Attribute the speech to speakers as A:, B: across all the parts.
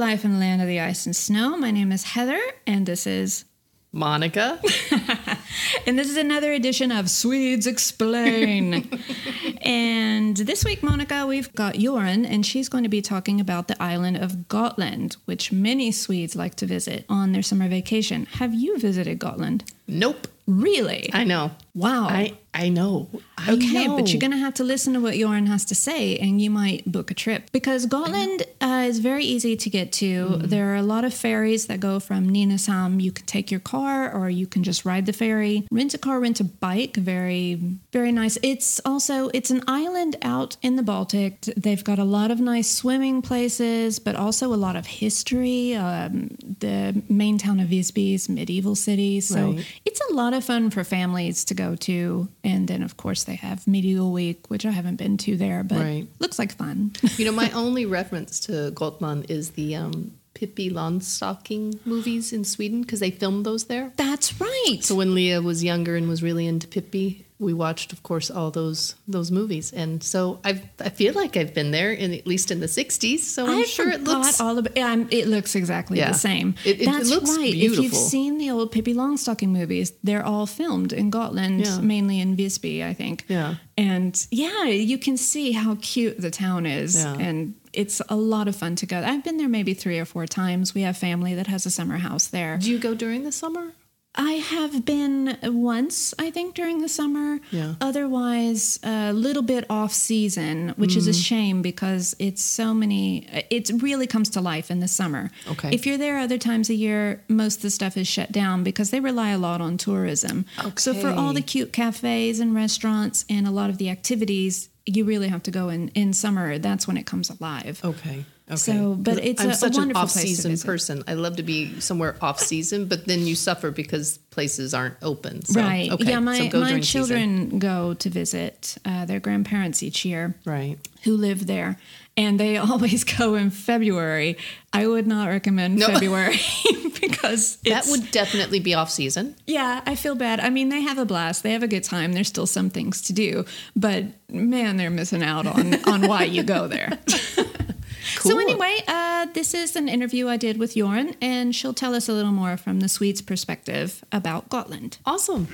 A: Life in the Land of the Ice and Snow. My name is Heather, and this is
B: Monica.
A: and this is another edition of Swedes Explain. and this week, Monica, we've got Joran, and she's going to be talking about the island of Gotland, which many Swedes like to visit on their summer vacation. Have you visited Gotland?
B: Nope.
A: Really?
B: I know.
A: wow.
B: I I know. I
A: Okay,
B: know.
A: but you're going to have to listen to what Joran has to say and you might book a trip because Gotland uh, is very easy to get to.
B: Mm.
A: There are a lot of ferries that go from Ninasam. You can take your car or you can just ride the ferry. Rent a car, rent a bike, very very nice. It's also it's an island out in the Baltic. They've got a lot of nice swimming places, but also a lot of history. Um, the main town of Visby is medieval city, so
B: Right.
A: it's a lot of fun for families to go to. And then, of course, they have Medieval Week, which I haven't been to there, but
B: Right.
A: looks like fun.
B: You know, my only reference to Goldman is the um, Pippi Longstocking movies in Sweden because they filmed those there.
A: That's right.
B: So when Leah was younger and was really into Pippi, we watched, of course, all those those movies. And so I I feel like I've been there, in, at least in the '60s. So I'm
A: I
B: sure it
A: forgot
B: looks
A: all about. Um, it looks exactly
B: Yeah.
A: the same.
B: It- it- it
A: That's
B: looks
A: right. If you've
B: beautiful.
A: seen the old Pippi Longstocking movies, they're all filmed in Gotland,
B: Yeah.
A: mainly in Visby, I think.
B: Yeah.
A: And yeah, you can see how cute the town is,
B: Yeah.
A: and it's a lot of fun to go. I've been there maybe three or four times. We have family that has a summer house there.
B: Do you go during the summer?
A: I have been once, I think, during the summer.
B: Yeah.
A: Otherwise, a little bit off season, which is a
B: Mm.
A: shame because it's so many, it really comes to life in the summer.
B: Okay.
A: If you're there other times a year, most of the stuff is shut down because they rely a lot on tourism. So for all the
B: Okay.
A: cute cafes and restaurants and a lot of the activities, you really have to go in in summer. That's when it comes alive.
B: Okay. Okay.
A: So, but
B: 'Cause
A: it's
B: I'm
A: a
B: such
A: wonderful
B: an
A: place to
B: off-season
A: visit.
B: person. I love to be somewhere off-season, but then you suffer because places aren't open. So,
A: right.
B: Okay.
A: yeah, my,
B: so go
A: my
B: during Season.
A: children go to visit uh, their grandparents each year.
B: Right.
A: who live there and they always go in February. I would not recommend February because
B: That
A: it's,
B: would definitely be off-season.
A: yeah, I feel bad. I mean, they have a blast. They have a good time. There's still some things to do, but man, they're missing out on on why you go there.
B: Cool.
A: So anyway, uh, this is an interview I did with Joran, and she'll tell us a little more from the Swedes' perspective about Gotland.
B: Awesome.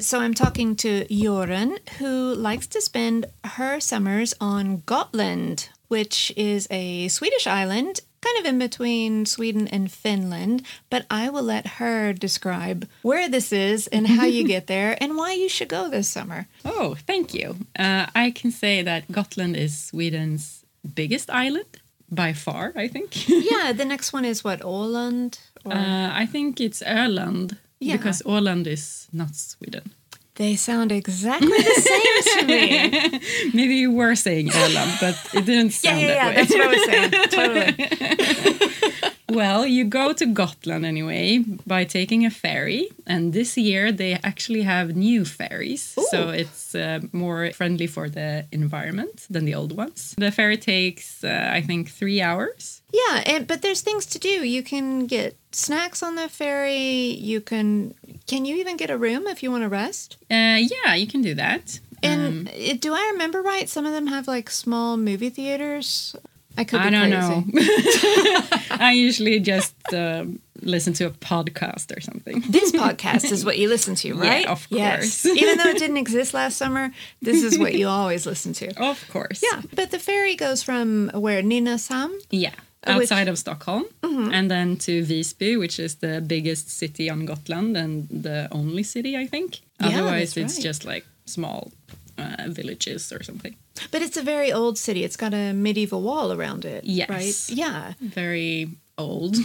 A: So I'm talking to Joran, who likes to spend her summers on Gotland, which is a Swedish island, kind of in between Sweden and Finland. But I will let her describe where this is and how you get there and why you should go this summer.
C: Oh, thank you. Uh, I can say that Gotland is Sweden's biggest island by far, I think.
A: Yeah, the next one is what, Åland? Or-
C: uh, I think it's Öland
A: Yeah.
C: because Åland is not Sweden.
A: they sound exactly the same to me.
C: Maybe you were saying Öland, but it didn't
A: Yeah,
C: sound
A: yeah, yeah.
C: that way.
A: That's what I was saying. Totally.
C: Well, you go to Gotland anyway by taking a ferry, and this year they actually have new ferries, so it's uh, more friendly for the environment than the old ones. The ferry takes, uh, I think, three hours.
D: Yeah, and but there's things to do. You can get snacks on the ferry. You can can you even get a room if you want to rest?
C: Uh, yeah, you can do that.
D: And
C: Mm-hmm.
D: uh, do I remember right? Some of them have like small movie theaters. I could. Be
C: I don't
D: crazy.
C: know. I usually just um, listen to a podcast or something.
D: This podcast is what you listen to, right?
C: of
D: Yes.
C: course.
D: even though it didn't exist last summer, this is what you always listen to.
C: Of course.
D: Yeah, but the ferry goes from where Nina Sam.
C: Yeah.
D: Uh, which- Mm-hmm.
C: Outside of Stockholm, and then to Visby, which is the biggest city on Gotland and the only city, I think. Otherwise,
D: that's
C: it's
D: right.
C: just like small uh, villages or something.
D: But it's a very old city. It's got a medieval wall around it.
C: Yes.
D: Right? Yeah.
C: Very old.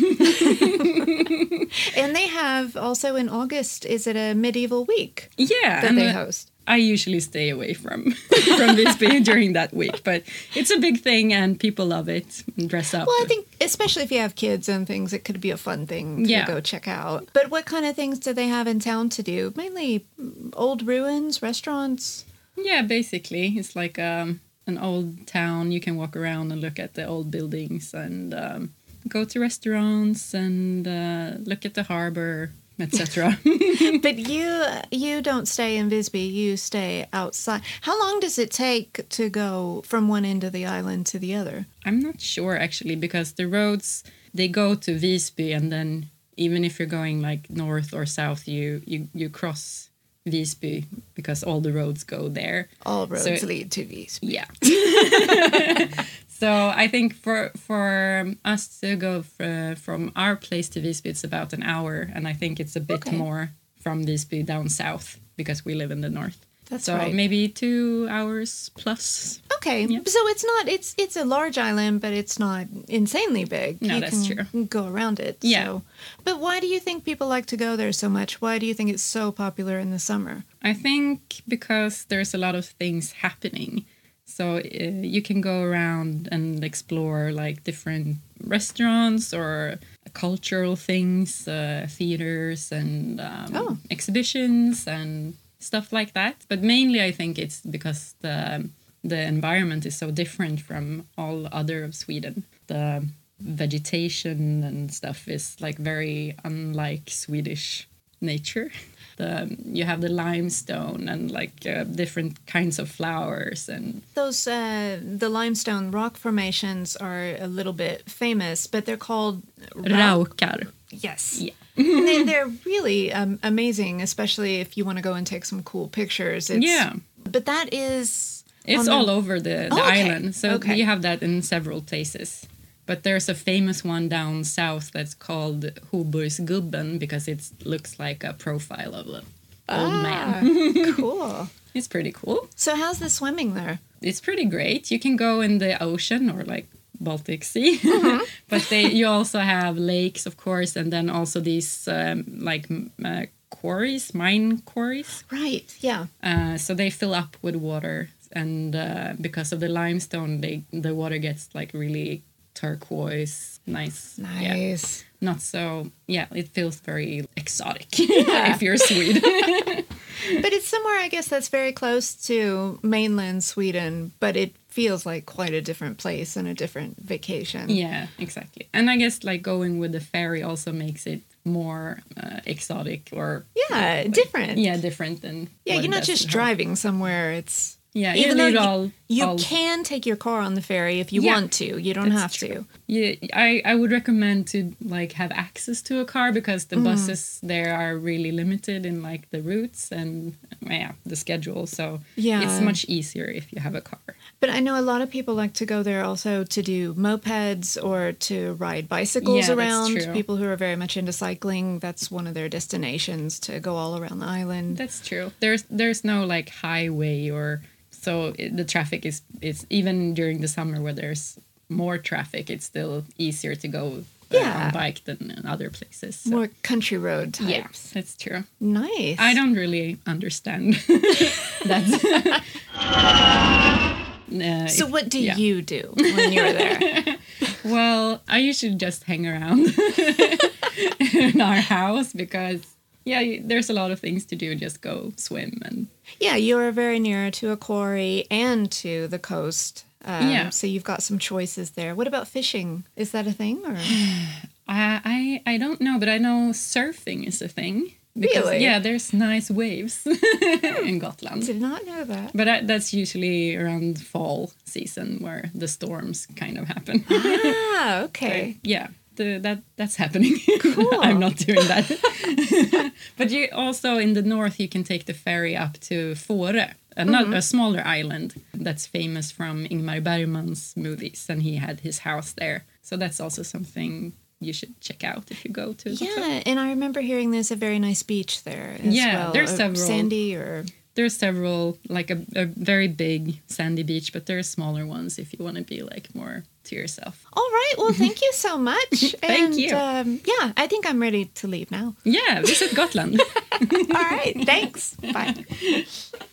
D: And they have also in August, is it a medieval week
C: yeah.
D: that
C: and
D: they
C: the-
D: host?
C: I usually stay away from from Visby during that week, but it's a big thing and people love it. and Dress up.
D: Well, I think, especially if you have kids and things, it could be a fun thing to
C: Yeah.
D: go check out. But what kind of things do they have in town to do? Mainly mm, old ruins, restaurants.
C: Yeah, basically, it's like um, an old town. You can walk around and look at the old buildings and um, go to restaurants and uh, look at the harbor. etc.
A: But you you don't stay in Visby. You stay outside. How long does it take to go from one end of the island to the other?
C: I'm not sure actually because the roads they go to Visby and then even if you're going like north or south, you you you cross Visby because all the roads go there.
A: All roads
C: it-
A: lead to Visby.
C: Yeah. so I think for for us to go fr- from our place to Visby, it's about an hour, and I think it's a bit
A: Okay.
C: more from Visby down south because we live in the north.
A: That's
C: so
A: right.
C: maybe two hours plus.
A: Okay, so it's not it's it's a large island, but it's not insanely big.
C: No,
A: you
C: that's
A: can Go around it.
C: Yeah.
A: so. But why do you think people like to go there so much? Why do you think it's so popular in the summer?
C: I think because there's a lot of things happening. So uh, you can go around and explore like different restaurants or cultural things, uh, theaters and um,
A: Oh.
C: exhibitions and stuff like that. But mainly, I think it's because the the environment is so different from all other of Sweden. The vegetation and stuff is like very unlike Swedish nature. The, um, you have the limestone and like uh, different kinds of flowers and
A: Those uh, the limestone rock formations are a little bit famous, but they're called
C: raukar.
A: Yes.
C: Yeah.
A: and they, they're really um, amazing, especially if you want to go and take some cool pictures. It's,
C: Yeah.
A: But that is.
C: It's
A: on the-
C: all over the, the
A: Oh, okay.
C: island. So
A: Okay.
C: you have that in several places. But there's a famous one down south that's called Hoburgsgubben because it looks like a profile of an old man.
A: Ah, cool.
C: It's pretty cool.
A: So how's the swimming there?
C: It's pretty great. You can go in the ocean or like Baltic Sea,
A: Mm-hmm.
C: but they you also have lakes, of course, and then also these um, like m- uh, quarries, mine quarries.
A: Right. Yeah.
C: Uh, so they fill up with water, and uh, because of the limestone, they the water gets like really turquoise, nice. Yeah.
A: Nice.
C: Not so. Yeah, it feels very exotic if you're Swede.
A: But it's somewhere, I guess, that's very close to mainland Sweden, but it feels like quite a different place and a different vacation.
C: yeah, exactly. And I guess like going with the ferry also makes it more uh, exotic or
A: Yeah, different.
C: yeah different than
A: Yeah,
C: what
A: you're
C: it
A: not
C: does
A: just
C: at home.
A: driving somewhere. It's
C: Yeah, you
A: even though
C: leave
A: you,
C: all-
A: you
C: all-
A: can take your car on the ferry if you
C: Yeah,
A: want to. You don't have
C: that's
A: to.
C: true. Yeah, I, I would recommend to like have access to a car because
A: Mm-hmm.
C: the buses there are really limited in like the routes and yeah the schedule. So
A: Yeah.
C: it's much easier if you have a car.
A: But I know a lot of people like to go there also to do mopeds or to ride bicycles
C: Yeah, that's
A: around.
C: true.
A: People who are very much into cycling, that's one of their destinations to go all around the island.
C: That's true. There's there's no like highway or so it, the traffic is it's even during the summer where there's more traffic. It's still easier to go uh,
A: Yeah.
C: on bike than in other places. So,
A: More country road types.
C: yeah, that's true.
A: Nice.
C: I don't really understand that. Uh,
A: So what do
C: yeah.
A: you do when you're there?
C: well, I usually just hang around in our house because, yeah, you- there's a lot of things to do. Just go swim and
A: yeah, you're very near to a quarry and to the coast. Um,
C: Yeah.
A: So you've got some choices there. What about fishing? Is that a thing? Or
C: I, I, I don't know, but I know surfing is a thing. Because,
A: Really? Hmm.
C: Yeah, there's nice waves in Gotland.
A: did not know that.
C: But I, that's usually around fall season where the storms kind of happen.
A: Ah, okay.
C: yeah the, that that's happening
A: Cool.
C: i'm not doing that but you also in the north you can take the ferry up to Fårö, another
A: Mm-hmm.
C: a smaller island that's famous from ingmar bergman's movies and he had his house there so that's also something you should check out if you go to Gotland.
A: Yeah, and I remember hearing there's a very nice beach there. As
C: Yeah,
A: well,
C: there's
A: or
C: several.
A: sandy or
C: there's several like a, a very big sandy beach but there are smaller ones if you want to be like more to yourself
A: All right. Well, thank you so much. and,
C: Thank you.
A: Um, yeah, I think I'm ready to leave now.
C: yeah visit gotland
A: All right. Thanks. Bye.